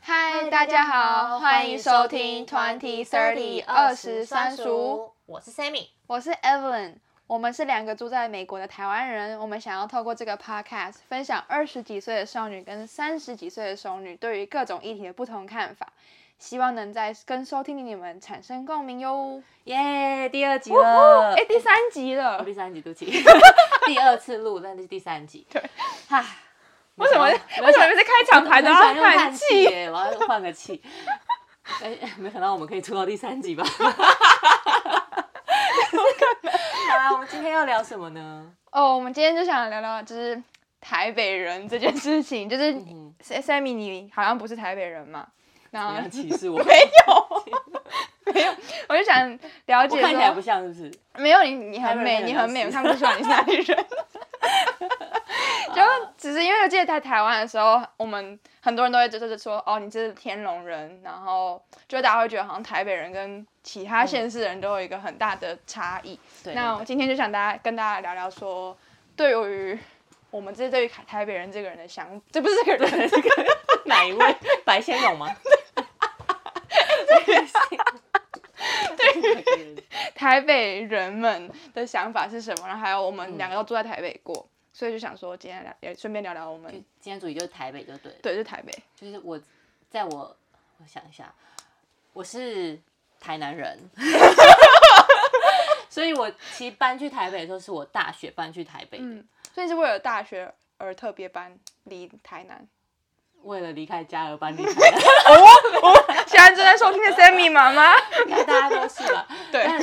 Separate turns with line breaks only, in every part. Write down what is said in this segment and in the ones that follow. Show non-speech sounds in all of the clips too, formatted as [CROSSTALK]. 嗨，大家好，欢迎收听 Twenty Thirty 二十三十五，，
我是 Sammy。
我是 Evelyn，我们是两个住在美国的台湾人，我们想要透过这个 podcast 分享二十几岁的少女跟三十几岁的熟女对于各种议题的不同看法，希望能在跟收听的你们产生共鸣哟。
耶，第二集
哦，
了，
哎，第三集了
哦，第三集，对
[LAUGHS]
不起，第二次录，但是第三集。
对，
唉，
为什么
没
为什
想
么每次开场白都要
很想用
叹
气
气？
耶？我要换
[LAUGHS]
个气。哎，没想到我们可以出到第三集吧？好啦，我们今天要聊什么呢？
哦，我们今天就想聊聊就是台北人这件事情，就是
嗯
Sa- Sammy，你好像不是台北人嘛？然
你
后
要歧视我？
嗯没有， [LAUGHS] 没有，我就想了
我
解
看起来不
说，
像是不是？
没有你，你很
台北
美，
人很
你
有
很美，
气
我看不出来你是哪里人。 [LAUGHS] 就只是因为我记得在台湾的时候，我们很多人都会就是说，哦，你这是天龙人，然后就大家会觉得好像台北人跟其他
嗯
县市人都有一个很大的差异。
对
那我今天就想大家跟大家聊聊说，对于我们这对于台北人这个人的想，这不是这个人，这个
哪一位？白先勇吗？对，
台北人们的想法是什么？然后还有我们两个都住在台北过，所以就想说今天聊，也顺便聊聊我们
今天主题就是台北，就对了，
对，就台北。
就是我，在我我想一下，我是台南人，所以我其实搬去台北的时候是我大学搬去台北的，
嗯，所以是为了大学而特别搬离台
[LAUGHS]
南。
为了离开家而搬离台南，
现在正在收听的 Sammy 妈
[LAUGHS]
妈，
应该大家都是吧？
对，
但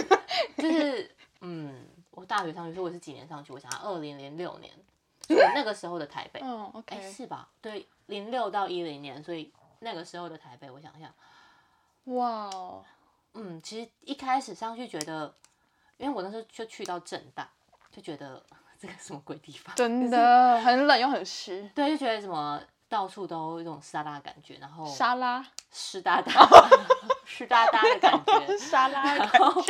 就是嗯，我大学上去，所以我是几年上去？我想二零零六年，所以那个时候的台北，
嗯，OK，
哎、是吧？对，零六到一零年，所以那个时候的台北，我想一下，
哇哦，
嗯，其实一开始上去觉得，因为我那时候就去到正大，就觉得这个什么鬼地方，
真的很冷又很湿，
对，就觉得什么到处都有一种沙拉的感觉，然后
沙哦拉，
湿哒哒、湿哒哒的感
[LAUGHS]
觉，
沙拉的
然
感觉，
后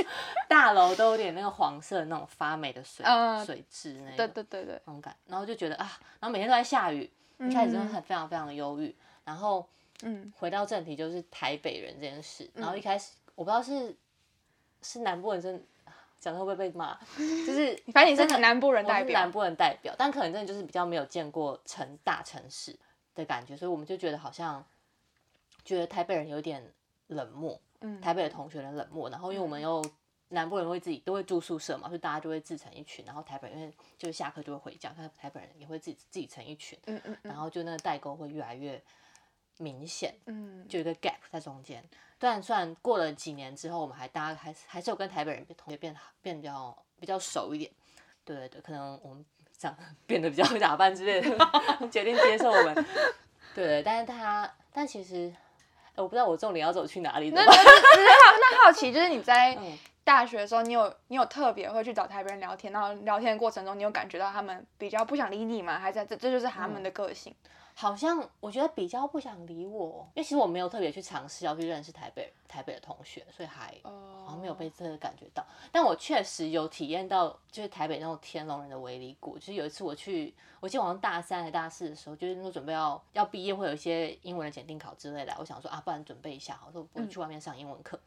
大楼都有点那个黄色那种发霉的水、
嗯
水质那
对
个
对对对，
那种感，然后就觉得啊，然后每天都在下雨，一开始真的
嗯
很非常非常的忧郁，然后。
嗯，
回到正题，就是台北人这件事。然后
嗯
一开始我不知道是是南部人真讲的会不会被骂，就是
你 [LAUGHS] 反正你
真
是
的
南部人
我
代
是南
表，
部人代表，但可能真的就是比较没有见过城大城市的感觉，所以我们就觉得好像觉得台北人有点冷漠，
嗯，
台北的同学人冷漠。然后因为我们又南部人会自己都会住宿舍嘛，所以大家就会自成一群。然后台北人因为就是下课就会回家，但台北人也会自己自己成一群，
嗯嗯嗯
然后就那个代沟会越来越明显。
嗯，
就有一个 gap 在中间。但虽然过了几年之后，我们还大家还是还是有跟台北人同学变好变比较比较熟一点。对对对，可能我们长变得比较会打扮之类的， [LAUGHS] 决定接受我们。对对，但是他但其实，哎我不知道我重点要走去哪里。
那
怎么办
那好奇就是你在
嗯
大学的时候，你有你有特别会去找台北人聊天，然后聊天的过程中，你有感觉到他们比较不想理你吗？还是这这就是他们的
嗯
个性？
好像我觉得比较不想理我，因为其实我没有特别去尝试要去认识台北台北的同学，所以还
哦
好像没有被这个感觉到，但我确实有体验到，就是台北那种天龙人的围篱谷。就是有一次我去，我记得好像大三还大四的时候，就是那时候准备要要毕业，会有一些英文的检定考之类的。我想说啊，不然准备一下好了，我说我去外面上英文课。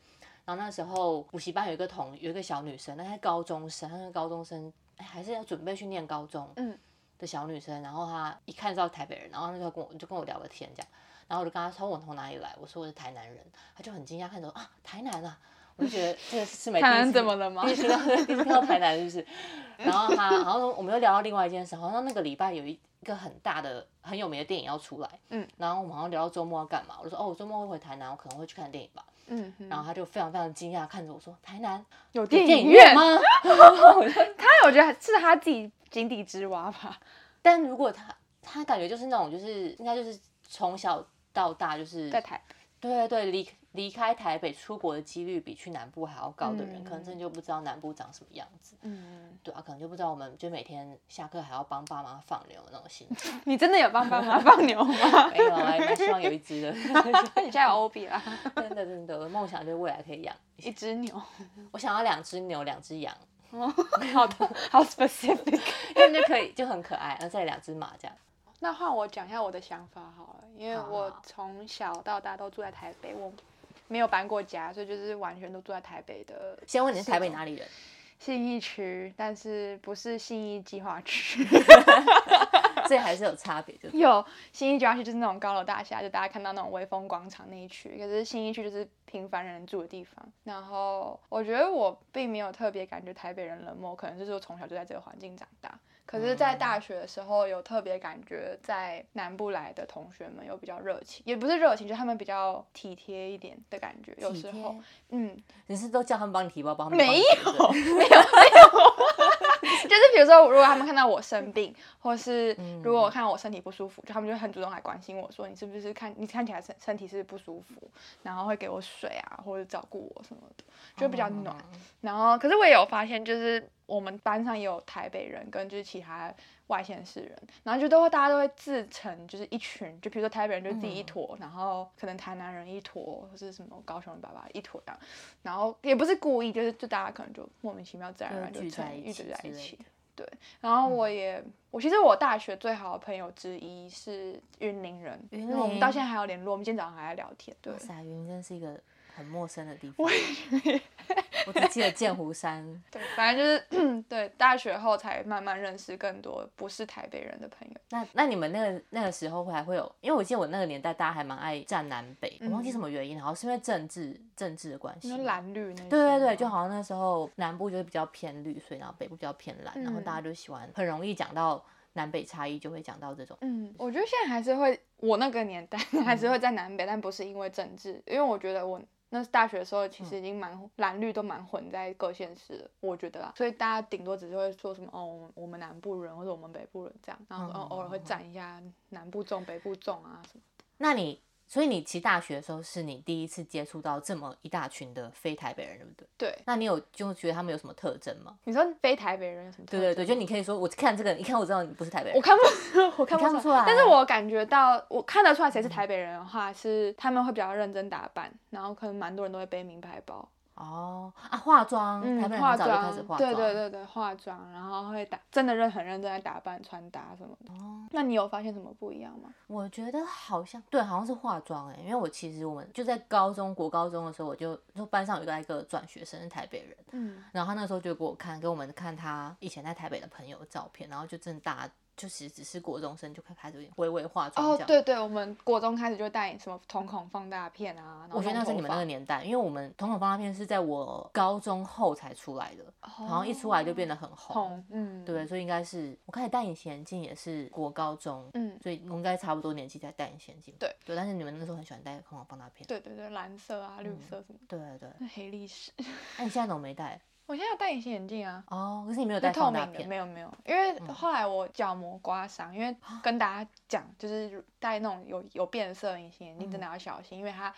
然后那时候补习班有一个同有一个小女生，那她高中生，她那个高中生哎还是要准备去念高中，
嗯
的小女生，然后她一看到台北人，然后她就跟我就跟我聊个天这样，然后我就跟她说我从哪里来，我说我是台南人，她就很惊讶看着我啊台南啊，我就觉得这个是没
台南
第一次
怎么了吗
第一次听到第一次听到台南是不是？然后她然后我们又聊到另外一件事，好像那个礼拜有一个很大的很有名的电影要出来，
嗯，
然后我们好像聊到周末要干嘛，我就说哦我周末会回台南，我可能会去看电影吧，
嗯，嗯
然后她就非常非常惊讶看着我说台南
有
有
电
电
影
影院
院？
吗？ [LAUGHS]
他我觉得是他自己井底之蛙吧。
但如果他他感觉就是那种就是应该就是从小到大就是
在台
对对对离离开台北出国的几率比去南部还要高的人，
嗯
可能真的就不知道南部长什么样子，
嗯，
对啊，可能就不知道我们就每天下课还要帮爸妈放牛那种心情。
你真的有帮爸妈放牛吗？
没有啊，还蛮希望有一
[LAUGHS]
只的， [LAUGHS]
那 [LAUGHS] 你现在有欧比啦，
真的真的，我的梦想就是未来可以养，
一只牛，
我想要两只牛，两只羊，
好的，好 specific。
因为就可以就很可爱，然后再两只马这样。
那换我讲一下我的想法好了，因为
好
我
好
从小到大都住在台北，我没有搬过家，所以就是完全都住在台北的
先问你是台
哦
北哪里人？
信义区，但是不是信义计划区。 [LAUGHS]
这还是有差别，就是
有新一计划区就是那种高楼大厦，就大家看到那种威风广场那一区。可是新一区就是平凡人住的地方。然后我觉得我并没有特别感觉台北人冷漠，可能就是我从小就在这个环境长大。可是，在大学的时候有特别感觉，在南部来的同学们有比较热情，也不是热情，就是他们比较体贴一点的感觉。 [LAUGHS] 有时候，嗯，
你是都叫他们帮你提包包？他们
没
帮你提对不
有，
对
没有，没有。就是比如说，如果他们看到我生病，或是如果我看到我身体不舒服，就他们就很主动来关心我说你是不是看你看起来身身体是不是不舒服，然后会给我水啊，或者照顾我什么的，就
哦
比较暖。然后，可是我也有发现，就是我们班上也有台北人跟就是其他外县市人，然后就都会大家都会自成就是一群，就比如说台北人就自己一
嗯
坨，然后可能台南人一坨，或是什么高雄人爸爸一坨这样，然后也不是故意，就是就大家可能就莫名其妙自然而然
就
就
聚
成
在一
一
起
直在
之
一
类
起
的。嗯
对，然后我也，我其实我大学最好的朋友之一是云林人，
云
然后我们到
林
现在还有联络，我们今天早上还在聊天。对
哇，塞，云林真是一个很陌生的地方。 [LAUGHS] 我只记得剑湖山，
对，反正就是 [CLEARS THROAT] 对，大学后才慢慢认识更多不是台北人的朋友。
那那你们那个那个时候会还会有，因为我记得我那个年代大家还蛮爱站南北，我忘记什么原因，好像是因为政治政治的关
嗯
系
你
吗。
说蓝绿那些吗？
对对
嗯
对，就好像那时候南部就是比较偏绿，所以然后北部比较偏蓝，然后
嗯
大家就喜欢很容易讲到南北差异，就会讲到这种。
嗯，我觉得现在还是会，我那个年代还是会在南北，但不是因为政治，因为我觉得我那大学的时候其实已经蛮、蓝绿都蛮混在各县市了，我觉得啦，所以大家顶多只是会说什么哦，我们我们南部人或者我们北部人这样，然后、哦偶尔会站一下南部重北部重啊什么。
那你所以你其实大学的时候是你第一次接触到这么一大群的非台北人，对不对？
对，
那你有就觉得他们有什么特征吗？
你说非台北人有什么特征？
对对对，就你可以说，我看这个人，一看我知道你不是台北
我
人。
看不，我看
你看
不出
不
[LAUGHS]
出来嗯
但是我感觉到，我看得出来谁是台北人的话，是他们会比较认真打扮，然后可能蛮多人都会背名牌包，
哦啊，化妆，
嗯
台北，人
化
很早就
妆，
开始化妆。
对对对对，化妆，然后会打，真的认很认真在打扮、穿搭什么的。
哦
那你有发现什么不一样吗？
我觉得好像对，好像是化妆哎、因为我其实我们就在高中国高中的时候，我就就班上有一个一个转学生是台北人，
嗯，
然后他那时候就给我看，给我们看他以前在台北的朋友的照片，然后就真的大家就其实只是国中生就开开始有点微微化妆
哦
这，样。
对对，我们国中开始就带什么瞳孔放大片啊，然后
我觉得那是
弄头
你们
发
那个年代，因为我们瞳孔放大片是在我高中后才出来的，
哦
好像一出来就变得很红。
红，嗯，
对，，所以应该是我开始戴隐形眼镜也是国高中，
嗯，
所以我应该差不多年纪才戴隐形眼镜。
对
对，但是你们那时候很喜欢戴瞳孔放大片。
对对对，蓝色啊，
嗯
绿色什么的，
对对对，
那黑历史。 [LAUGHS]
那你现在怎么没戴？
我现在有戴隐形眼镜啊，
哦，可是你没有
是
戴
透
放大
明的，
片。嗯
没有没有，因为后来我角膜刮伤，因为
啊
跟大家讲，就是戴那种有有变色的隐形眼镜
嗯
真的要小心，因为它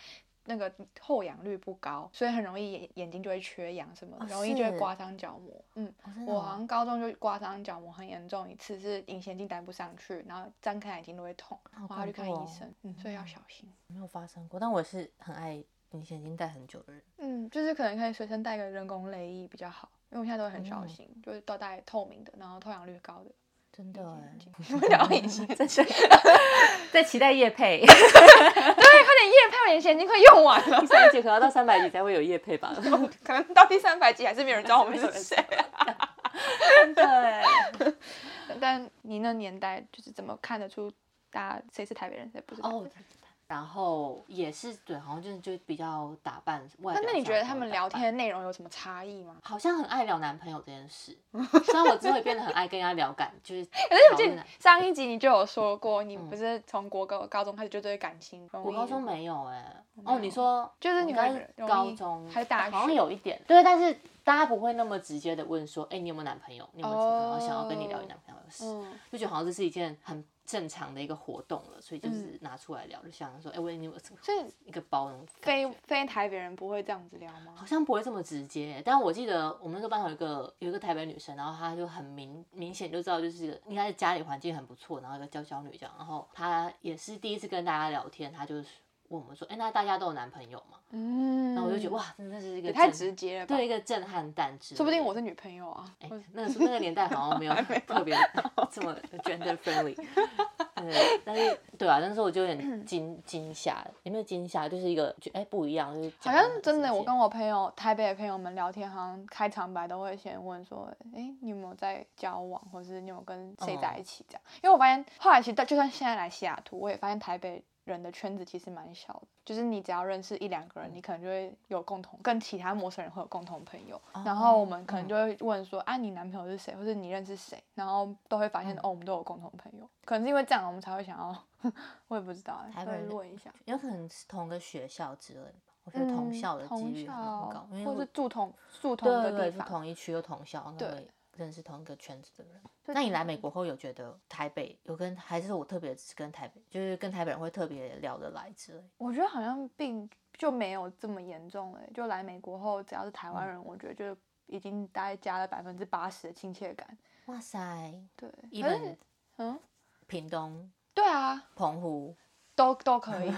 那个后氧率不高，所以很容易眼眼睛就会缺氧什么的，
哦
容易就会
是
刮伤角膜。嗯，
哦真的
我
哦
好像高中就刮伤角膜很严重一次，是隐形眼镜戴不上去，然后张开眼睛都会痛，
好
我还要去
恐
看
怖
医
哦
生，嗯，所以要小心。
没有发生过，但我是很爱隐形眼镜戴很久的人。
嗯，就是可能可以随身带个人工泪液比较好，因为我现在都很小
嗯
心，就是都戴透明的，然后透氧率高的。
真的哎， [LAUGHS]
聊隐形眼镜， [LAUGHS] 真的。
在期待叶
快
配，，
点夜配，我眼睛快用完了
上一节可能要到三百集才会有叶配吧？
[LAUGHS] 可能到第三百集还是没有人知道我们是谁。
真的哎，
[LAUGHS] 但你那年代就是怎么看得出大家谁是台北人，谁不是？
哦，然后也是对，好像就是就比较打扮外
那
表
那你
上
觉得
比
他
较
们
打
聊
扮
天的内容有什么差异吗？
好像很爱聊男朋友这件事， [LAUGHS] 虽然我之后也变得很爱跟人家聊感，就是
可是我
讨
记
论啊
得
男。
上一集你就有说过，你不是从国高高中开始就对感情容易，
我高中没有哎、
没有
哦，你说
就是
我
你
应该
会
是
容
高
易
中啊
还是大
好像
学
有一点对，但是大家不会那么直接的问说，哎、你有没有男朋友？你有没有女朋友？想要跟你聊你男朋友的事，
嗯
就觉得好像这是一件很正常的一个活动了，所以就是拿出来聊，就想说，哎、我你有没有什么
嗯所以
一个包那种感
非
觉
非台北人不会这样子聊吗？
好像不会这么直接，但我记得我们那时候班上有一个有一个台北女生，然后她就很明明显就知道，就是应该是家里环境很不错，然后一个娇娇女这样，然后她也是第一次跟大家聊天，她就是问我们说，哎、那大家都有男朋友吗？
嗯，
然后我就觉得哇，真的是一个
也太
震
直接了吧？
对，一个震撼弹之类的，
说不定我是女朋友啊。 [LAUGHS]
[LAUGHS] 哎、那个时候那个年代好像没有特别这么 gender friendly， [LAUGHS] 对，但是对啊，但是我就有
[CLEARS THROAT]
点惊惊吓，有没有惊吓？就是一个觉哎不一样，就是
好
讲到
像
很
真
直
的，我
接
跟我朋友台北的朋友们聊天，好像开场白都会先问说，哎，你有没有在交往，或是你有没有跟谁在
嗯
一起这样？因为我发现后来其实到就算现在来西雅图，我也发现台北人的圈子其实蛮小的，就是你只要认识一两个人，你可能就会有共同跟其他陌生人会有共同朋友，
哦
然后我们可
嗯
能就会问说，啊，你男朋友是谁，或是你认识谁，然后都会发现
嗯
哦，我们都有共同朋友，可能是因为这样我们才会想要， [LAUGHS] 我也不知道，
台
所
北
以
人
问一下。
有可能是同个学校之类的吧。我觉得同
嗯
校的几
同
率很
校
很高，因为
或
我
是住同住同
对
的
对，
地
是
方，
同一区又同校，
对
那会认识同一个圈子的人。
就
那你
觉
来
得
美国后有觉得台北有跟还是我特别跟台北，就是跟台北人会特别聊得来之类？
我觉得好像并就没有这么严重了欸。就来美国后，只要是台湾
嗯
人，我觉得就已经大概加了百分之八十的亲切感。
哇塞
对，可
，even
是嗯，
屏东、
对啊，[LAUGHS]
澎湖、
都都可
[LAUGHS]
以，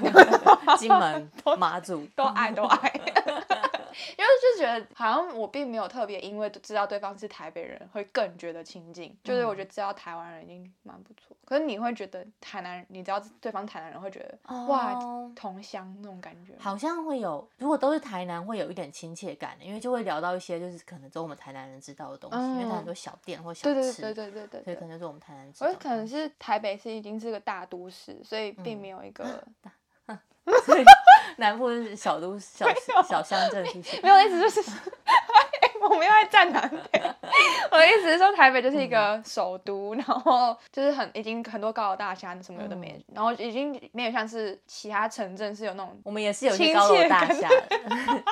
金门、马祖，
[LAUGHS] 都爱都
[LAUGHS]
爱。因为就觉得好像我并没有特别，因为知道对方是台北人，会更觉得亲近。就是
嗯
我觉得知道台湾人已经蛮不错，可是你会觉得台南人，你知道对方台南人会觉得、哇
哦
同乡那种感觉吗。
好像会有，如果都是台南，会有一点亲切感，因为就会聊到一些就是可能只有我们台南人知道的东西，因为它
嗯
很多小店或小
对对
吃，
对对对对
所
对
以可。能就是我们台南人知
我
道
觉
的
得
东西。
可能是台北市已经是个大都市，所以并
嗯
没有一个、
[LAUGHS] 南部是小都小小乡镇，是不是？
没有意思，就是哎我没有在站南北。我的意思是说，台北就是一
嗯
个首都，然后就是很已经很多高楼大厦什么有的
嗯
没，的，然后已经没有像是其他城镇是有那种
我们也是有一
亲
些高楼
切
大
感
厦的， [LAUGHS]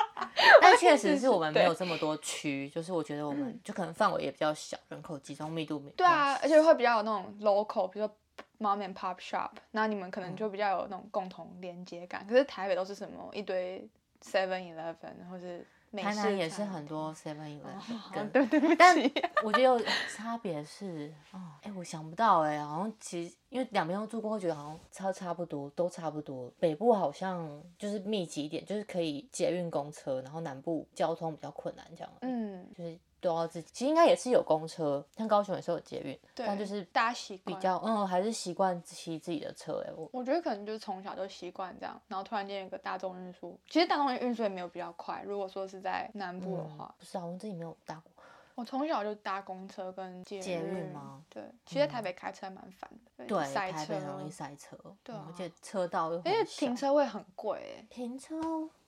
但确
是
实是我们没
对嗯
有这么多区，就是我觉得我们就可能范围也比较小，人口集中密度没
对啊，而且会比较有那种 local，比如说 mom and pop shop，那你们可
嗯
能就比较有那种共同连接感。可是台北都是什么一堆 Seven Eleven 或是美
台南
式
也是
餐
很多 Seven
哦
Eleven
好
跟
对对不
但
起。
我觉得有差别是，哦，哎、我想不到哎、好像其实因为两边都住过，会觉得好像差差不多，都差不多。北部好像就是密集一点，就是可以捷运、公车，然后南部交通比较困难，这样，
嗯，
就是都要自己。其实应该也是有公车，像高雄也是有捷运，
对，
但就是
大家习
比
惯。
较嗯，还是习惯骑自己的车哎、我
我觉得可能就是从小就习惯这样，然后突然间有个大众运输，其实大众运输也没有比较快。如果说是在南部的话
嗯，不是啊，我自己没有搭过。
我从小就搭公车跟捷
捷运
运
吗？嗯
对，其实在台北开车还蛮烦的，
对，
塞
台
车
北，很容易塞车，
对
嗯
啊
而且车道又很
而且
小
停车位很贵欸，
停车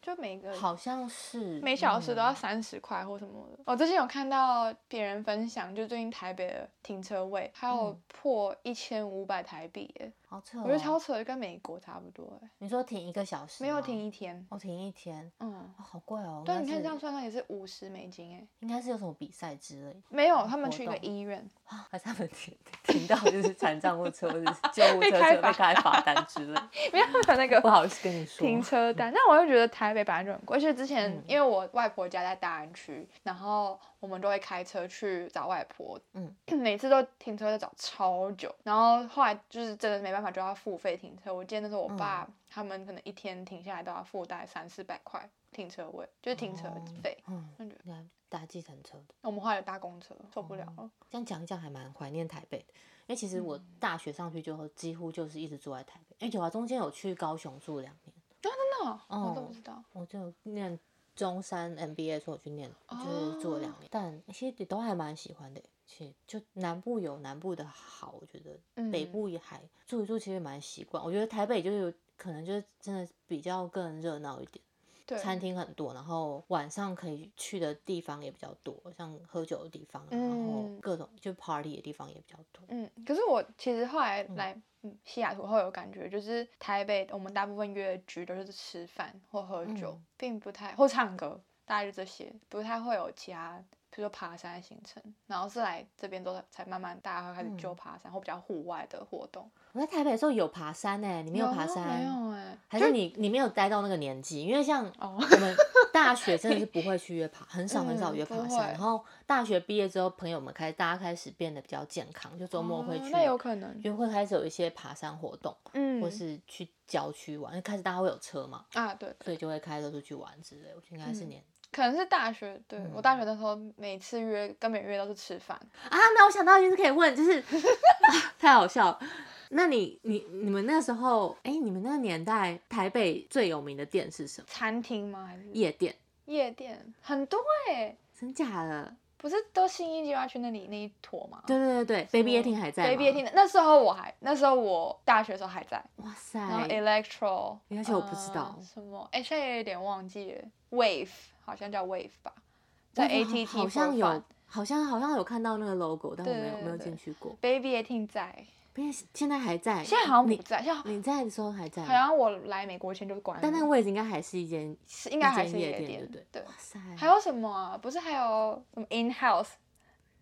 就每个
好像是
每小时都
嗯
要三十块或什么的。我最近有看到别人分享，就最近台北的停车位还有
嗯
破一千五百台币欸，
好扯、哦。
我觉得超扯，就跟美国差不多欸，
你说停一个小时？
没有停，一天，
哦，停一天，
嗯。
哦、好贵哦。
对，
应
你
该
看
是
这样，算算也是五十美金哎，
应该是有什么比赛之类的
没有，
嗯
他们
活
去一个
动
医
[LAUGHS]
院，
啊，还是他们停停到就是残障或车或者是救护
被
车之
开
类被开罚单之类，
没有他们那
不
个
好意思跟你说。
停车单。但我就觉得台北本来就很贵，而且之前
嗯
因为我外婆家在大安区，然后我们都会开车去找外婆，
嗯
[CLEARS THROAT] 每次都停车要找超久，然后后来就是真的没办法就要付费停车。我记得那时候我爸
嗯
他们可能一天停下来都要付大概三四百块停车位，就是停车
哦
费。
嗯
那就，
你还搭计程车的，
我们后来有搭公车，受不了了。
这样讲一讲还蛮怀念台北的。因为其实我大学上去之后，几乎就是一直住在台北。哎、有啊，中间有去高雄住两年，
真的哦，我都
哦
不知道。
我就念中山 MBA 的时候我去念，就是住了两年，但其实也都还蛮喜欢的。其实就南部有南部的好，我觉得北
嗯
部也还住一住，其实蛮习惯。我觉得台北就是有可能就是真的比较更热闹一点，
对，
餐厅很多，然后晚上可以去的地方也比较多，像喝酒的地方啊，然后
嗯
各种就 party 的地方也比较多。
嗯，可是我其实后来来嗯西雅图后有感觉，就是台北我们大部分约的局都是吃饭或喝酒，
嗯
并不太或唱歌，大概就这些，不太会有其他，比如说爬山的行程。然后是来这边都才慢慢大家会开始
嗯
就爬山、或比较户外的活动。
我在台北的时候有爬山呢、你没
有
爬
吗
山？
没有哎、
还
就是
你你没有待到那个年纪，因为像
哦
我
[LAUGHS]
们大学真的是不会去约爬，很少很少
嗯
约
不
爬
会
山。然后大学毕业之后，朋友们开大家开始变得比较健康，就周末会
哦
去，
那有可能，
就会开始有一些爬山活动，
嗯，
或是去郊区玩，因为开始大家会有车嘛，
啊对，
所以就会开车出去玩之类。我觉得应该是
嗯
年、
可能是大学，对、我
嗯
大学的时候每次约跟每个月都是吃饭， [LAUGHS]
啊，那我想到就是可以问，就是、啊太好笑了。那你你你们那时候，哎，你们那个年代台北最有名的店是什么？
餐厅吗？还是
夜店？
夜店？很多哎、
真假的？
不是都新一就要去那里那一坨吗？
对对对对，Baby
么
夜店还在吗
，baby 夜厅的。那时候我还，那时候我大学的时候还在。
哇
然后
塞，
electro，
而且我不知道
呃什么，哎，现在也有点忘记了，wave 好像叫 wave 吧，在
哇
ATT
好像
for
有
fun，
好像好像有看到那个 logo，但我
对
没有
对
没有
对
进去过。
baby 也挺在，
因为现在还在，
现在好像
哎你
不在，现在好
你在的时候还在吗，
像我来美国前就关了，
但那个位置应该还是一间
是应该还
一
是
间
夜
夜
店
对不，
对
哇。塞，
还有什么啊？不是还有什么 in house？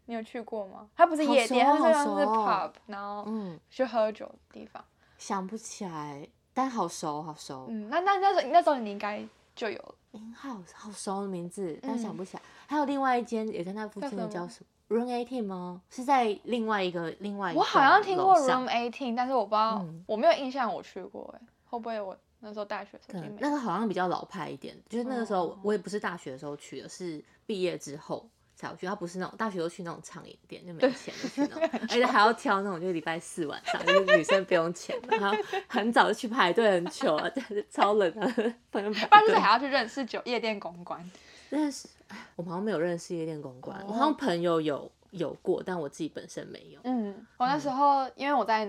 你有去过吗？它不是
好
夜
熟
店，
哦
它
好
是像是
熟哦
pub，然后
嗯，
去喝酒的地方。
想不起来，但好熟好熟。
嗯，那那那时候那时候你应该就有了，
林浩好熟的名字，但想
嗯
不起来。还有另外一间也在那附
叫
近的
什
叫
么
什么 Room Eighteen 吗？是在另外一个另外一
我好像听过 room
Room，
eighteen，但是我不知道，
嗯
我没有印象我去过、欸，会不会我那时候大学的时
可
候已
能
经没
那个好像比较老派一点，就是那个时候我
哦
我也不是大学的时候去的，是毕业之后。才有去，他不是那种大学就去那种畅饮店，就没钱就去那种，而且还要挑那种就是礼拜四晚上，就是女生不用钱，然后很早就去排队很久啊，但是超冷 [LAUGHS] 啊，反正排
不然就
队
是还要去认识酒夜店公关。
认识，哎我们好像没有认识夜店公关，我
哦
好像朋友有有过，但我自己本身没有。
嗯，我那时候、因为我在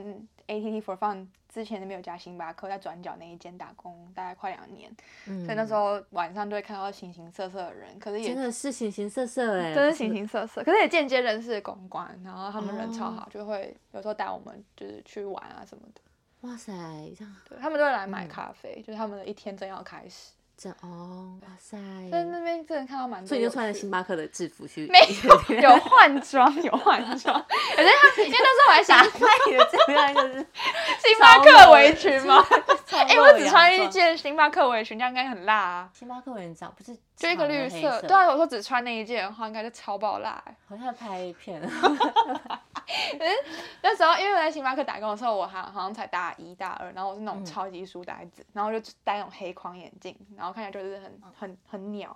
ATT for fun 之前没有加星巴克，在转角那一间打工大概快两年，
嗯
所以那时候晚上就会看到形形色色的人，可是也
真的是形形色色哎、
真
不
是形形色色，可是也间接认识公关，然后他们人超
哦
好，就会有时候带我们就是去玩啊什么的。
哇塞，这样
对他们都会来买
嗯
咖啡，就是他们的一天正要开始。
真哦，哇塞，
在那边真的看到蛮多有趣的，
所以你就穿着星巴克的制服去，
没有有换装，有换装，
[LAUGHS]
可是他因为那时候我还想
打开 [LAUGHS] 你的这样就是
[LAUGHS] 星巴克围
[LAUGHS]
裙吗？
哎
哎、我只穿一，件星巴克围裙，这样应该很辣啊，
星巴克文章不是
就一个
长的
绿
黑
色。对啊，我说只穿那一件的话，应该就超爆辣、欸。
好像拍片，
那时候因为我在星巴克打工的时候，我好好像才大一大二，然后我是那
嗯
种超级书呆子，然后就戴那种黑框眼镜，然后看起来就是很很很鸟。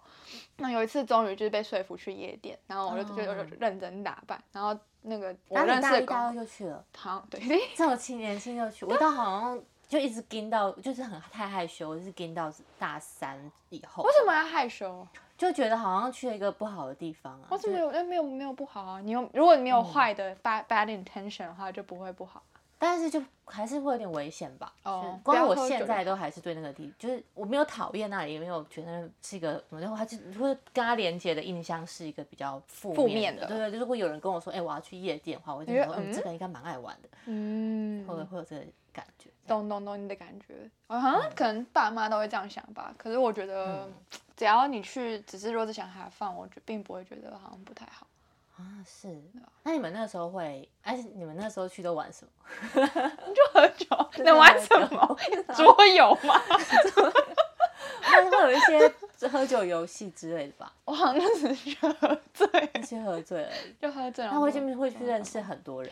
那有一次终于就是被说服去夜店，然后我就就就
哦
就认真打扮，然后那个我
然后
认识
你大
的
一大二
公，
就去了，
好像对，
这么青年轻就去，
啊
我到好像就一直跟到，就是很太害羞，我是跟到大三以后，
为什么要害羞？
就觉得好像去了一个不好的地方啊，
我怎么
就
有？那没有没有不好啊！你有，如果你没有
嗯
坏的 bad bad intention 的话，就不会不好。
但是就还是会有点危险吧。
哦
就是
不
光
要
我
喝
现
酒
在都还是对那个地，就是我没有讨厌那里，也没有觉得是一个怎么样，还是会跟他连接的印象是一个比较负
负
面
面
的。
的
对对，就如果有人跟我说，哎、我要去夜店的话，我就
你
觉
就
得，嗯，
嗯
这个应该蛮爱玩的，
嗯
会不会会有这个感觉？
懂懂懂你的感觉。好像可能爸妈都会这样想吧。可是我觉得，只要你去，只是如果只想 have fun，我觉并不会觉得好像不太好。
啊，是。
嗯
那你们那时候会，哎、你们那时候去都玩什么？
你就喝 [LAUGHS] 酒，啊能玩什么？ [LAUGHS] 桌游吗？
那啊会有一些喝酒游戏之类的吧，
我好像就只是去喝醉，
一些喝醉而已。
就喝醉。然
那
后
会去会去认识很多人，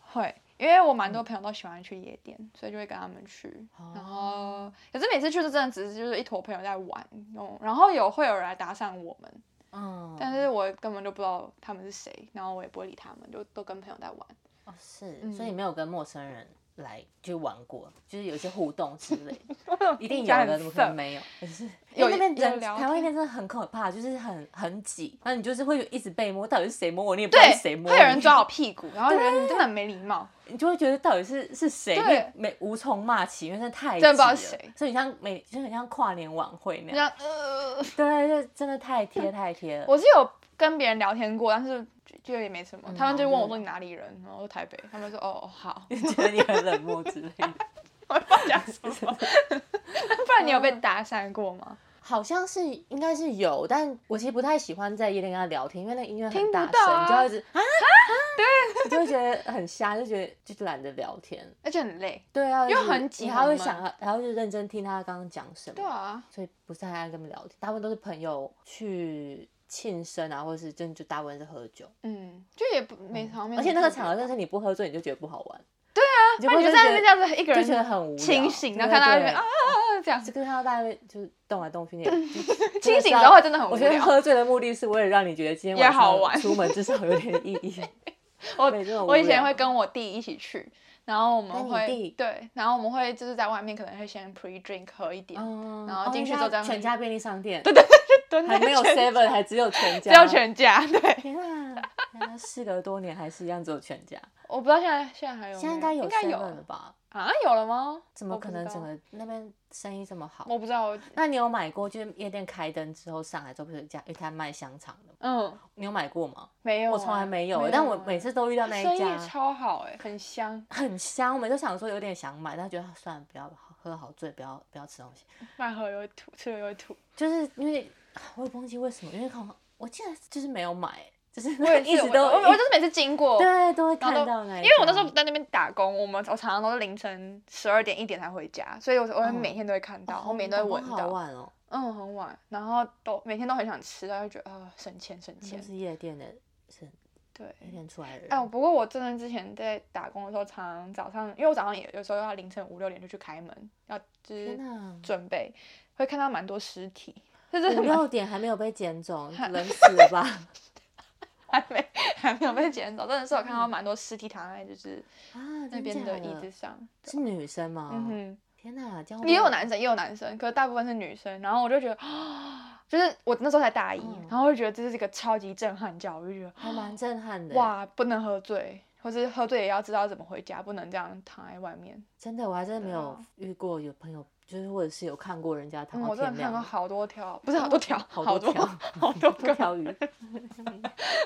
会，因为我蛮多朋友都喜欢去夜店，所以就会跟他们去。然
哦
后，可是每次去都真的只是就是一坨朋友在玩，嗯然后有会有人来搭讪我们，
嗯，
但是我根本就不知道他们是谁，然后我也不会理他们，就都跟朋友在玩。
哦，是，
嗯
所以没有跟陌生人来就玩过，就是有一些互动之类，
[LAUGHS]
一定有
家
的，
很
怎么可
色
能没有？
[LAUGHS]
可是因
有
为那边
有
人
聊
台湾那
天
边真的很可怕，就是很很挤，那你就是会一直被摸，到底是谁摸我，你也不知道
对
是，谁摸
会有人
你
抓我，屁股，然后觉得你真的很没礼貌。
你就会觉得到底是是谁，你
对
也没无从骂起，因为真的太
真的不知道
挤
是
了
谁
所以你像每就很像跨年晚会那
这
样，
样，呃，
对，就真的太贴太贴了。
我是有跟别人聊天过，但是就就也没什么。
嗯
他们就
好
问我
就
说你哪里人，然后我说台北，他们说哦哦
[LAUGHS]
好，
就 [LAUGHS] 觉得你很冷漠之类的，
我不知道讲什么。哦 [LAUGHS]
[LAUGHS]
不然你有被搭讪过吗？
好像是应该是有，但我其实不太喜欢在夜店跟他聊天，因为那个音乐很
听不
大
到
声，你就
啊
要一直啊啊，对，你就会觉得很瞎，就觉得就懒得聊天。
而且很累。
对啊，
因为
就是
很挤
你还会
很
想，还会认真听他刚刚讲什
对
么，
啊，
所以不是太爱跟他们聊天，大部分都是朋友去庆生啊，或者是真的就大部分是喝酒，
嗯，就也不没好像没
而
什
且
么
那个
特别
场合
的
真的是你不喝醉你就觉得不好玩，对啊，
那
你
你就
就会
在那边
觉得
这样子一个
就觉得
人
很无聊
清醒，然后
对
看到那
对
边啊啊啊这样
这，个看到大家就是动来动去，你也
清
清
醒之后会真的很无
我觉得
聊。
喝醉的目的是为了让你觉得今天
也
晚上
好玩
出门至少有点意义。
[LAUGHS] 我
对真的无
我以前
聊
会跟我弟一起去，然后我们
跟你
会
弟
对，然后我们会就是在外面可能会先 pre drink 喝一点，
嗯，
然后
哦
进
人
去
家
之后在那
全
里
家便利商店，
蹲
还
在
没有
全
Seven，还只有全
[LAUGHS] 只
家，
有全家。对，
天啊，原来事隔多年还是一样只有全家，
我不知道现在现在还有没有，
现在应该有
应该
Seven
有
了吧？
啊？有了吗？
怎么
我不
可
知
能
道
整个那边生意这么好？
我不知道，我
那你有买过就是夜店开灯之后上来之后不是有一家一摊卖香肠的吗？
嗯，
你有买过吗？
没有啊，
我从来没有欸，
有
但我
啊
每次都遇到那
生
一家
意，超好哎、很香，
很香，我每次想说有点想买，但觉得啊算了，不要喝好醉，不要不要吃东西，
饭盒又会吐，吃了又会吐。
就是因为啊我也忘记为什么，因为好像我记得就是没有买，就是
我也是，
[LAUGHS] [LAUGHS] 一直都
我我我就是每次经过，
对都会
然
看
后都
到那一
因
家，
为我那时候在那边打工，我们我常常都是凌晨十二点一点才回家，所以我我会
嗯
每天都会看到，
哦
我每天都会
好
闻
好
到，
玩哦，
嗯，很晚，然后都每天都很想吃，但就觉得啊、省钱省
就
钱，
是夜店的，是
对。
夜店出来的人，
哎，不过我真的之前在打工的时候，常常早上，因为我早上也有时候要凌晨五六点就去开门，要就是
天哪，
准备，会看到蛮多尸体，就是
五
很
六点还没有被捡
[LAUGHS]
走，冷死了吧？
还没还没有被捡走，真的是有看到蛮多尸体躺在就是
啊，
那
嗯真
边
假
的椅子上。
是女生吗？
嗯哼，
天哪，这样会
也有
不会
男生，也有男生，可是大部分是女生。然后我就觉得，就是我那时候才大一，
嗯
然后就觉得这是一个超级震撼教育，就觉得
还蛮震撼的，
哇，不能喝醉，或是喝醉也要知道怎么回家，不能这样躺在外面。
真的，我还真的没
对
有
啊
遇过有朋友，就是或者是有看过人家躺
嗯，
到
我真
天
的看
亮
过
的，
好多条，不是好多条，
好
哦好多
多条
好多 [LAUGHS]
多
个
条鱼。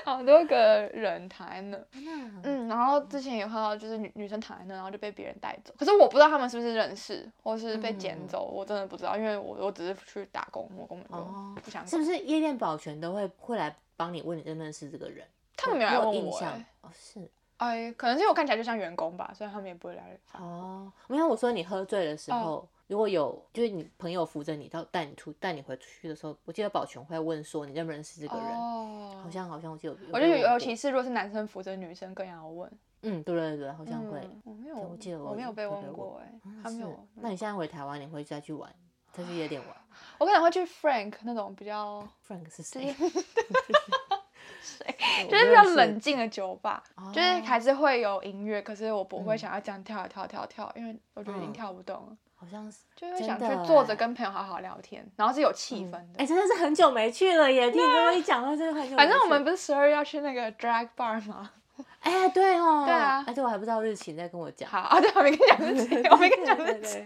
好多个人躺在那。
嗯，
嗯，然后之前有看到就是女女生躺在那，然后就被别人带走。可是我不知道他们是不是认识，或是被捡
嗯
走，我真的不知道，因为我我只是去打工，我根本
哦
就不想
是不
管
是夜店保全都会会来帮你问你认不认识这个人？
他们没
有
来
有
问
印
我
象
欸
哦，是
哎，可能是因为我看起来就像员工吧，所以他们也不会来烦我。
哦，没有我说你喝醉的时
哦
候，如果有就是你朋友扶着你到带你出带你回去的时候，我记得保全会问说你认不认识这个人，
哦
好像好像我记得有，
我
被
觉得
问
尤
过
其是如果是男生扶着女生更要问，
嗯，对对对，好像会。
嗯，我没有，
我记得
我
我
没有
有
被
我被
问
问
过哎
嗯，
他没
是
有。
那你现在回台湾，你会再去玩，再去夜店玩
我可能会去 Frank 那种比较
？Frank
就
是
[LAUGHS]
谁
是？就是比
我不
较
认识
冷静的酒吧，就是
哦
还是会有音乐，可是我不会
嗯
想要这样跳来跳跳跳，因为我觉得已经
嗯
跳不动了，
好像是
就会
真
想去
的
坐着
欸
跟朋友好好聊天，然后是有气氛
哎、
的。
真的是很久没去了耶！听你这么一讲，到真的很久没去。
反正我们不是十二要去那个 drag bar 吗？ [LAUGHS]
哎、对哦，
对啊
而且我还不知道日期，你再跟我讲。
好啊，对，我没跟你讲日期， [LAUGHS] 我没跟你讲
[LAUGHS] 对
日
对
期。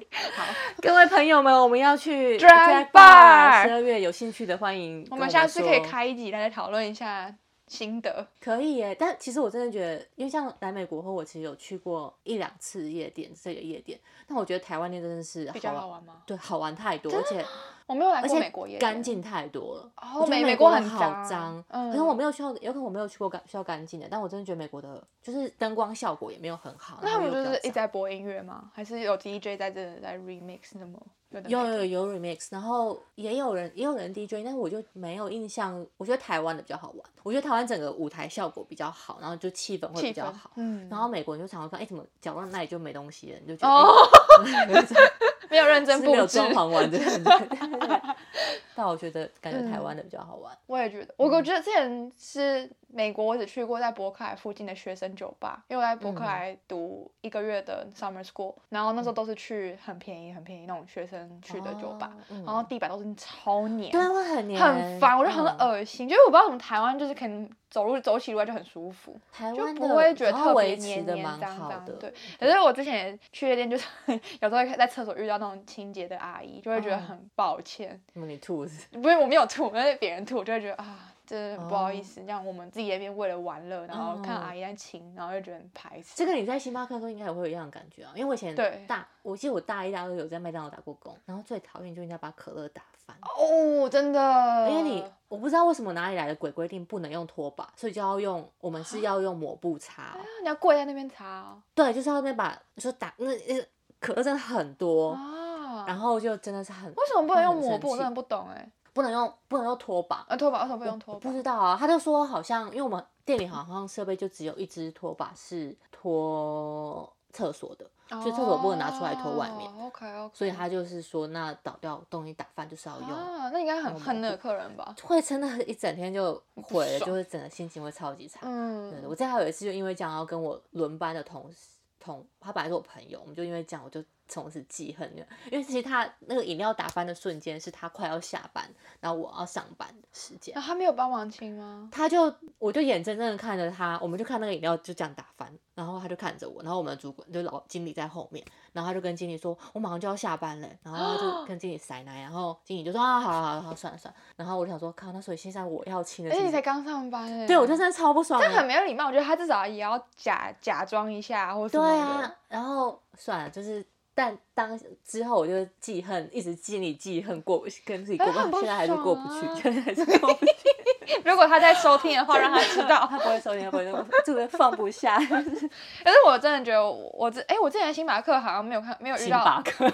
对各位朋友们，我们要去
Drag
十二月有兴趣的欢迎跟
我
我
们下次可以
说，
开一集来讨论一下心得。
可以耶。但其实我真的觉得，因为像来美国后，我其实有去过一两次夜店，这个夜店，但我觉得台湾店真的是
比较好
玩
玩吗？
对，好玩太多，而且
我没有来
而
过
且
美国夜店，
干净太多了。
哦
我觉得
美
美
美
国
国很
好
脏
脏，
嗯
可是我没有去到，有可能我没有去过干需要干净的，但我真的觉得美国的就是灯光效果也没有很好。
那他
然后
们就
又比较
是一直
脏
在播音乐吗？还是有 DJ 在这里在 remix 那么有的没
有
的
有有 remix，然后也有人也有人 DJ，但是我就没有印象。我觉得台湾的比较好玩，我觉得台湾整个舞台效果比较好，然后就气氛会比
气
较
氛
好。
嗯，
然后美国人就常常说，哎、怎么角落那里就没东西了？你就觉得
哦
哎，
[LAUGHS] 没有认真
是没有
布置，
装潢完的感觉。 [LAUGHS] 对对对但我觉得感觉台
嗯
湾的比较好玩。
我也觉得，我
嗯
我觉得之前是美国，我只去过在伯克莱附近的学生酒吧，因为我在伯克
嗯
莱读一个月的 summer school，然后那时候都是去很便宜、很便宜那种学生去的酒吧，
哦
然后地板都是超黏。
对，会很黏，
很烦，我觉得很
嗯
恶心。就是我不知道为什么台湾就是可能走路走起路来就很舒服，
台
就
湾
不
的
会觉得
然后
特别
维持
黏
的
黏
蛮
脏
好
脏。
的，
对，可是我之前也去夜店，就是 [LAUGHS] 有时候在厕所遇到那种清洁的阿姨，就会觉得
嗯
很抱歉。
什么你吐是
不是我没有吐，但是别人吐，我就会觉得啊，真的很不好意
哦
思，让我们自己在那边为了玩乐，然后看
嗯
阿姨在亲，然后就觉得很排斥。
这个你在星巴克的时候应该也会有一样的感觉啊，因为我以前
对
大，我记得我大一、大二有在麦当劳打过工，然后最讨厌就是人家把可乐打翻，
哦，真的，
因为你我不知道为什么哪里来的鬼规定不能用拖把，所以就要用我们是要用抹布擦哦、
啊你要跪在那边擦哦
对，就是要那把你说打那那可乐真的很多，
啊，
哦然后就真的是很
为什么不能
会
用
很
抹
生
布？我真
气
的不懂哎，
不能用不能用拖把，
啊拖把为什么不用
我
拖把
不？知道啊，他就说好像因为我们店里好像设备就只有一只拖把是拖厕所的，
所
所以厕所不能拿出来拖外面
OK OK。
所以他就是说，那倒掉东西打饭就是要用。
啊，那应该很
抹
恨那
布
个客人吧？
会真的一整天就毁了，
爽
就是整个心情会超级差。对的，
嗯，
我记得还有一次就因为这样要跟我轮班的同事同，他本来是我朋友，我们就因为这样我就从此记恨了，因为其实他那个饮料打翻的瞬间是他快要下班，然后我要上班的时间
那，他没有帮忙清吗？
他就我就眼睁睁的看着他，我们就看那个饮料就这样打翻，然后他就看着我，然后我们的主管就老经理在后面，然后他就跟经理说，我马上就要下班了，然后他
哦
就跟经理塞奶，然后经理就说啊，好好好好，算了算了，然后我就想说，靠，那所以现在我要亲的
而且
是
你才
谁，
刚上班哎，
对我就真的超不爽
这
的，
样很没有礼貌。我觉得他至少也要假假装一下或什
对
么的。
啊，然后算了，就是。但当之后我就记恨，一直心里记恨过，跟自己过
哎很
不，
不
现在还是过不去
爽啊，
现在还是过不去。
如果他在收听的话，让他知道。
他不会收敛，他不会收敛，就是放不下。
可是我真的觉得我，我之哎，我之前星巴克好像没有看，没有遇
星
到 [LAUGHS]
巴克， [LAUGHS]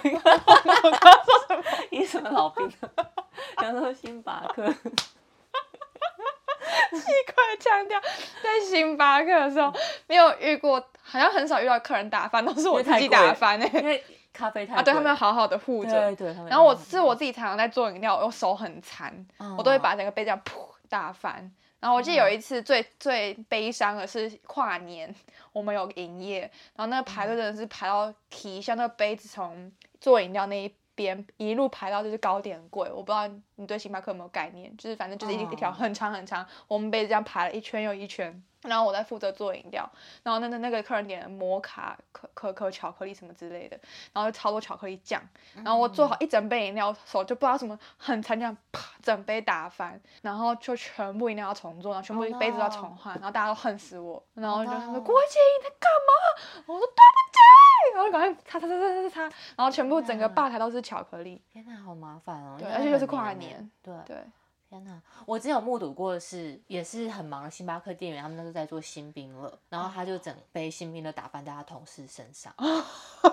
你什么老
[LAUGHS]
病？刚说星巴克，
一块腔调，在星巴克的时候没有遇过，好像很少遇到客人打翻，都是我
因
自
为 [LAUGHS] 太
己
贵
打
了
翻哎、
因为咖啡太
啊，对他
贵
们要好好的护着
对。对，他们
然后我是我自己常常在做饮料，我手很残，
嗯
我都会把整个杯这样噗打翻。然后我记得有一次最最悲伤的是跨年，我们有营业，然后那个排队真的是排到提像那个杯子从做饮料那一边一路排到就是糕点柜。我不知道你对星巴克有没有概念，就是反正就是一、
哦
一条很长很长，我们杯子这样排了一圈又一圈。然后我在负责做饮料，然后那那那个客人点了摩卡、可可可巧克力什么之类的，然后就超多巧克力酱，
嗯
然后我做好一整杯饮料，手就不知道什么很残，这样啪整杯打翻，然后就全部饮料要重做，然后全部
Oh no
杯子都要重换，然后大家都恨死我，然后就
Oh
他说
no
郭姐你在干嘛？我说对不起，然后赶快擦擦擦擦擦擦，然后全部整个
天哪
吧台都是巧克力，
天哪，好麻烦哦！
对
因为
而且又是
很
跨
黏耶
年，
对，
对，
天哪！我之前有目睹过的是，也是很忙的星巴克店员，他们那时候在做新冰乐，然后他就整杯新冰乐打翻在他同事身
[LAUGHS]
上，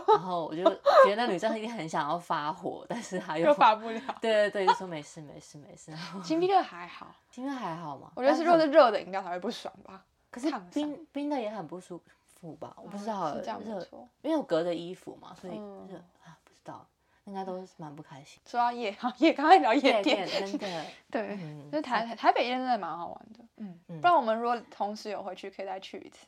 然后我就觉得那女生一定很想要发火，但是她又
又发不
[LAUGHS]
了。
对对对，就说没事没事没事。然后
金币乐还好，
今天还好吗？
我觉得是如果是热的饮料才会不爽吧。
可是
烫伤嗯
冰冰的也很不舒服吧？我不知道，
是这样没
热，
错。
因为我隔着衣服嘛，所以
嗯
热啊，不知道，应该都是蛮不开
[LAUGHS]
心。
说到夜，好夜，刚才聊夜
店
店，
真的，
[LAUGHS] 对，
嗯
就是台台北夜店真的蛮好玩的，嗯，
嗯
不然我们如果同时有回去，可以再去一次，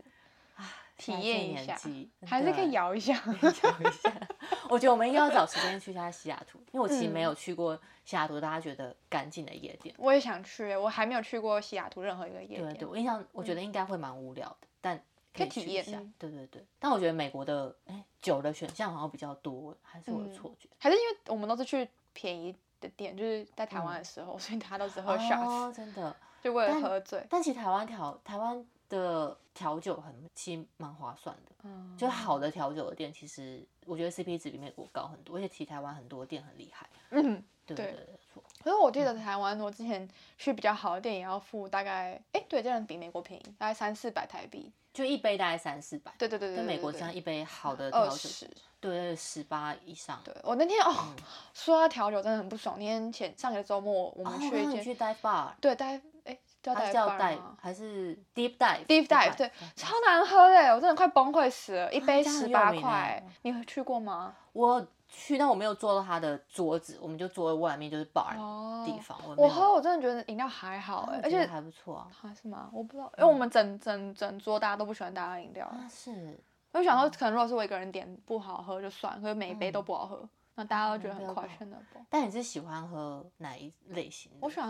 体
现在
验
这个
一
年
下
纪，
还是可以
摇
摇一下。 [LAUGHS]
一下。 [LAUGHS] 我觉得我们应该要找时间去一下西雅图，因为我其实
嗯
没有去过西雅图，大家觉得干净的夜店。
我也想去，我还没有去过西雅图任何一个夜
对
店，
对，我印象我觉得应该会蛮无聊的，但
可以
去
体
一
验
下
嗯。
对对对，但我觉得美国的哎酒的选项好像比较多，还是我的
嗯
错觉。
还是因为我们都是去便宜的店，就是在台湾的时候，所以大家都只喝 shots，、
哦，真的。
就为了
但
喝醉，
但其实台湾调台湾的调酒很其实蛮划算的，
嗯，
就好的调酒的店，其实我觉得 CP 值比美国高很多，而且其实台湾很多店很厉害，
嗯。
对
对
对对，错，
可是我记得台湾，我之前去比较好的店也要付大概，哎，对，这样比美国便宜，大概三四百台币。
就一杯大概三四百，
对对对对对
跟美国
对嗯
像一杯好的调
二
酒，
十。
对对十八以上。
对我那天哦，说到调酒真的很不爽。那天前上个周末我
哦
们，
我
去
让
一
你
间，
去 dive bar，
对，带哎叫
它
带
是叫
bar
dive
吗
还是 deep dive？
？Deep dive，对，超难喝的，我真的快崩溃死了，一杯
啊这样
十
很有
八
名
块
欸，
你有去过吗？
我有去，但我没有坐到他的桌子，我们就坐在外面就是 bar
哦
的地方，我没
我
有
喝，我真的觉得饮料还好
啊
哎
我，
而
觉得
且
还不嗯错啊，
还是吗？我不知道，因为我们整整整桌大家都不喜欢大家饮料，
啊是。
我就想说可能如果是我一个人点不好喝就算，可是每一杯都不好喝，那大家都觉得
嗯嗯不
很
要
questionable。
但你是喜欢喝哪一类型的？
我喜欢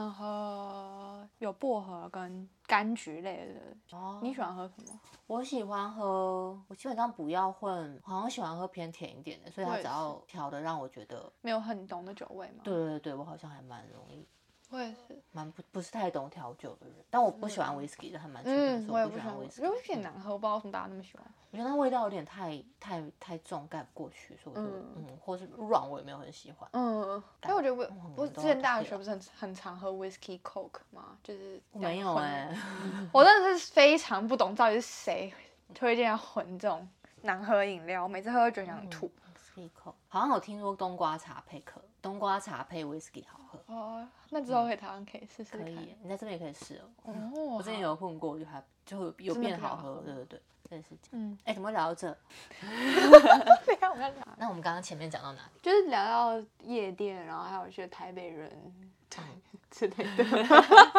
喝有薄荷跟柑橘类的，
哦
你喜？欢喝什么？
我喜欢喝，我基本上不要混，好像喜欢喝偏甜一点的，所以
我
它
也嗯
只要调的让我觉得，
没有很懂的酒味吗？
对对对，我好像还蛮容易，
我也是，
蛮不不是太懂调酒的人。但我不喜欢 whisky 的，还蛮确
嗯，
定说
我也
不
不
喜
喜
欢
欢，
whisky，
因为有点
嗯
难喝，不知道为什么大家那么喜欢。
我觉得它味道有点太太太重，盖不过去，所以我就
嗯
嗯或是软我也没有很喜欢。
嗯，因为我觉得我
嗯
我
我
之
都
前
不
大
会
学
啊
不是很很常喝 whiskey coke 吗？就是
我
这样
没有
混
哎、 [LAUGHS]
我真的是非常不懂到底是谁推荐要混这
嗯
种难喝饮料，每次喝就觉得想吐。
whisky 口好像有听说冬瓜茶配可冬瓜茶配 whisky 好喝，
哦，那之后回台湾可以试试
嗯可以耶
看。，
你在这边也可以试
哦，
哦。我之前
好，
有混过，就还就有
真的
变
变
好
好
喝
喝，
对对对，真的是这样。
嗯，
哎，怎么会聊到这？
对呀，我们要聊，
那我们刚刚前面讲到哪里？
就是聊到夜店，然后还有一些台北人
嗯
之类的， [LAUGHS]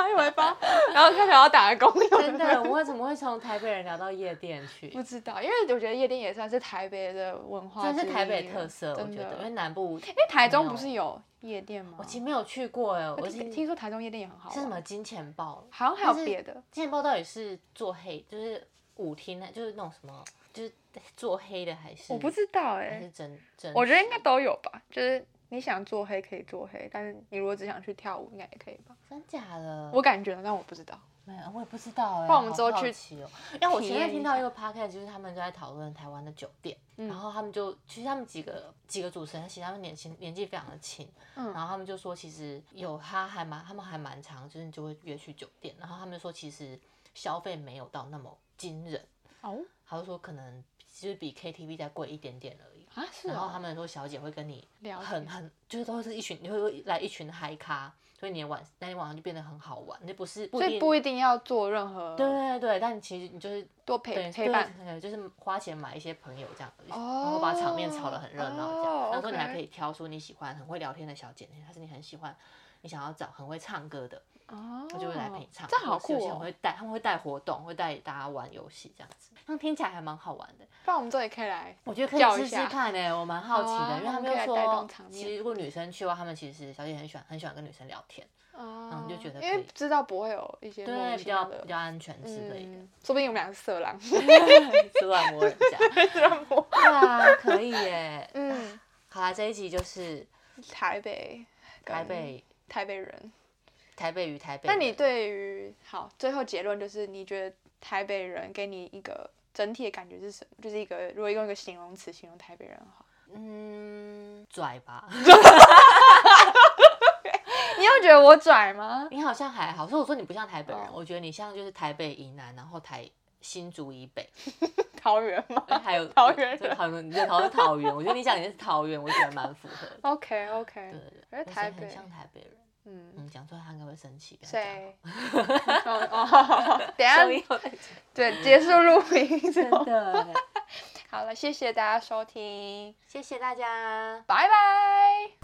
因为
[LAUGHS]
吧，然后开始要打工，
真的，我怎么会从台北人聊到夜店去
不？知道，因为我觉得夜店也算是台北的文化，
算是台北特色，我
真
觉
的
得，因为南部，
因为台中
没有
不是有夜店吗？
我其实没有去过哎，我
听
是
听说台中夜店也很好玩，
是什么金钱豹？
好像还
但
有
是
别的，
金钱豹到底是做黑，就是舞厅呢，就是那种什么，就是做黑的还是？
我不知道哎、
嗯还是真真。
我觉得应该都有吧，就是你想做黑可以做黑，但是你如果只想去跳舞，应该也可以吧？
真假的，
我感觉，但我不知道。
没有，我也不知道哎、欸。
不然我们
好
之后
好
去
奇哦。因为我
体
前
验
面
一
听到
下
一个 podcast，就是他们就在讨论台湾的酒店，
嗯
然后他们就其实他们几个几个主持人，其实他们年轻年纪非常的轻，
嗯
然后他们就说其实有他还蛮他们还蛮常就是就会约去酒店，然后他们说其实消费没有到那么惊人，
哦
他就说可能就是比 KTV 再贵一点点而已。
啊，是
然后他
哦，
们说小姐会跟你
了解
很很就是都是一群你会来一群嗨咖，所以你的晚那天晚上就变得很好玩，那不是不
所以
一定
不一定要做任何
对对对，但其实你就是
多
等于
陪
是
陪伴，
对就是花钱买一些朋友这样而已，
哦
然后把场面炒得很热闹这样，
哦
然后说你还
OK
可以挑出你喜欢很会聊天的小姐姐，还是你很喜欢。你想要找很会唱歌的，
哦，
他就会来陪你唱。
这好
或是有
酷
些人
哦。
会带，他们会带活动，会带大家玩游戏这样子，那听起来还蛮好玩的。
不然我们这里可以来，
我觉得可
叫
以
一
试试
下
看呢、欸我蛮好奇的，
好啊
因为他
我们
们
可以
就
来带动
说
场，面
其实如果女生去的话，他们其实小姐很喜欢很喜欢跟女生聊天，
哦
嗯就觉得
因
可
为
以
知道不会有一些莫
对，
名
比
其
较
妙
比
的，
较安全之类的，
嗯，说不定我们俩是色
[LAUGHS]
狼，
是乱摸人家，对啊，可以耶。
嗯，
好啦，这一集就是
台北，
台北
台北人，
台北与台北
那
人。
你对于好，最后结论就是，你觉得台北人给你一个整体的感觉是什么？就是一个，如果用一个形容词形容台北人的话，
嗯拽吧？
你又觉得我拽吗？
你好像还好，所以我说你不像台北人，
哦
我觉得你像就是台北以南，然后台新竹以北，
桃园吗
还有
[LAUGHS] 桃园人
对桃园，你在讨论桃园，我觉得你讲你是桃园，我觉得蛮符合的。
？OK OK，
对对对，
嗯我觉
我
得
觉得
台
很
北，
像台北人。
嗯，
嗯，讲出来他应该会生气。不要
谁？哦
[LAUGHS]
哦，等一
讲
下
了？所
[LAUGHS]
以
对，结束录音之
真
后， [LAUGHS]
的，
好了，谢谢大家收听，
谢谢大家。
拜拜。